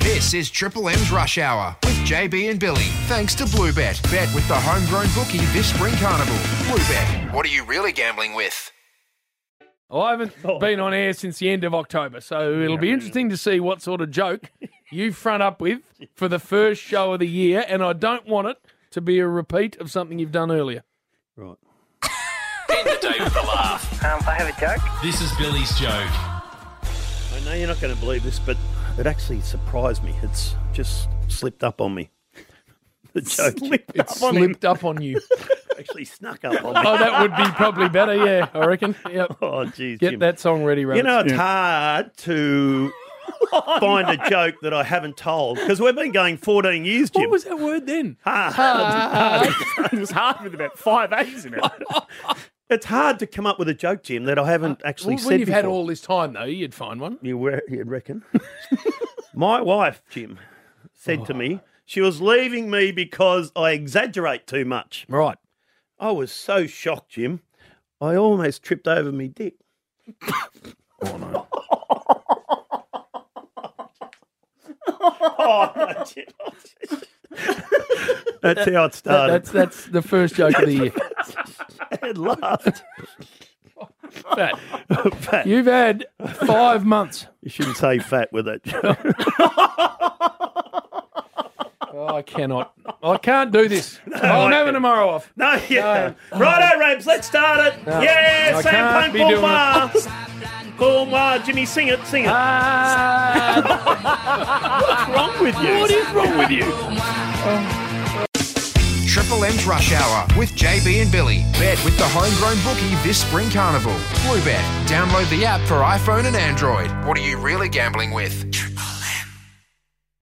This is Triple M's Rush Hour with JB and Billy. Thanks to Bluebet. Bet with the homegrown bookie this spring carnival. Bluebet. What are you really gambling with? I haven't Oh. been on air since the end of October, so it'll be interesting to see what sort of joke you front up with for the first show of the year. And I don't want it to be a repeat of something you've done earlier. Right. End the day with a laugh. Um, I have a joke. This is Billy's joke. I know you're not going to believe this, but it actually surprised me. It's just slipped up on me. The joke It slipped up on you. actually snuck up on me. Oh, that would be probably better. Yeah, I reckon. Yep. Oh, jeez. Get Jim. that song ready, Rabbit. You know, it's hard to find a joke that I haven't told because we've been going 14 years, Jim. Ah, what was that word then? it was hard with about five A's in it. It's hard to come up with a joke, Jim, that I haven't actually Uh, Well, said when you've before. had all this time, though, you'd find one. You were, you'd reckon. My wife, Jim, said Oh. to me, she was leaving me because I exaggerate too much. Right. I was so shocked, Jim. I almost tripped over me dick. oh, no. Jim. that's how it started. That's that's the first joke of the year. It laughed. Fat. Fat. You've had five months. You shouldn't say fat with it. Oh, I cannot. I can't do this. I'm having tomorrow off. No, yeah. Righto, Rabs, let's start it. Yeah, I Sam can't Punk, be Paul doing Maher. Paul Maher, Jimmy, sing it, sing it. Ah, wrong with you? What is wrong with you? Triple M's Rush Hour with JB and Billy. Bet with the homegrown bookie this spring carnival. Bluebet. Download the app for iPhone and Android. What are you really gambling with?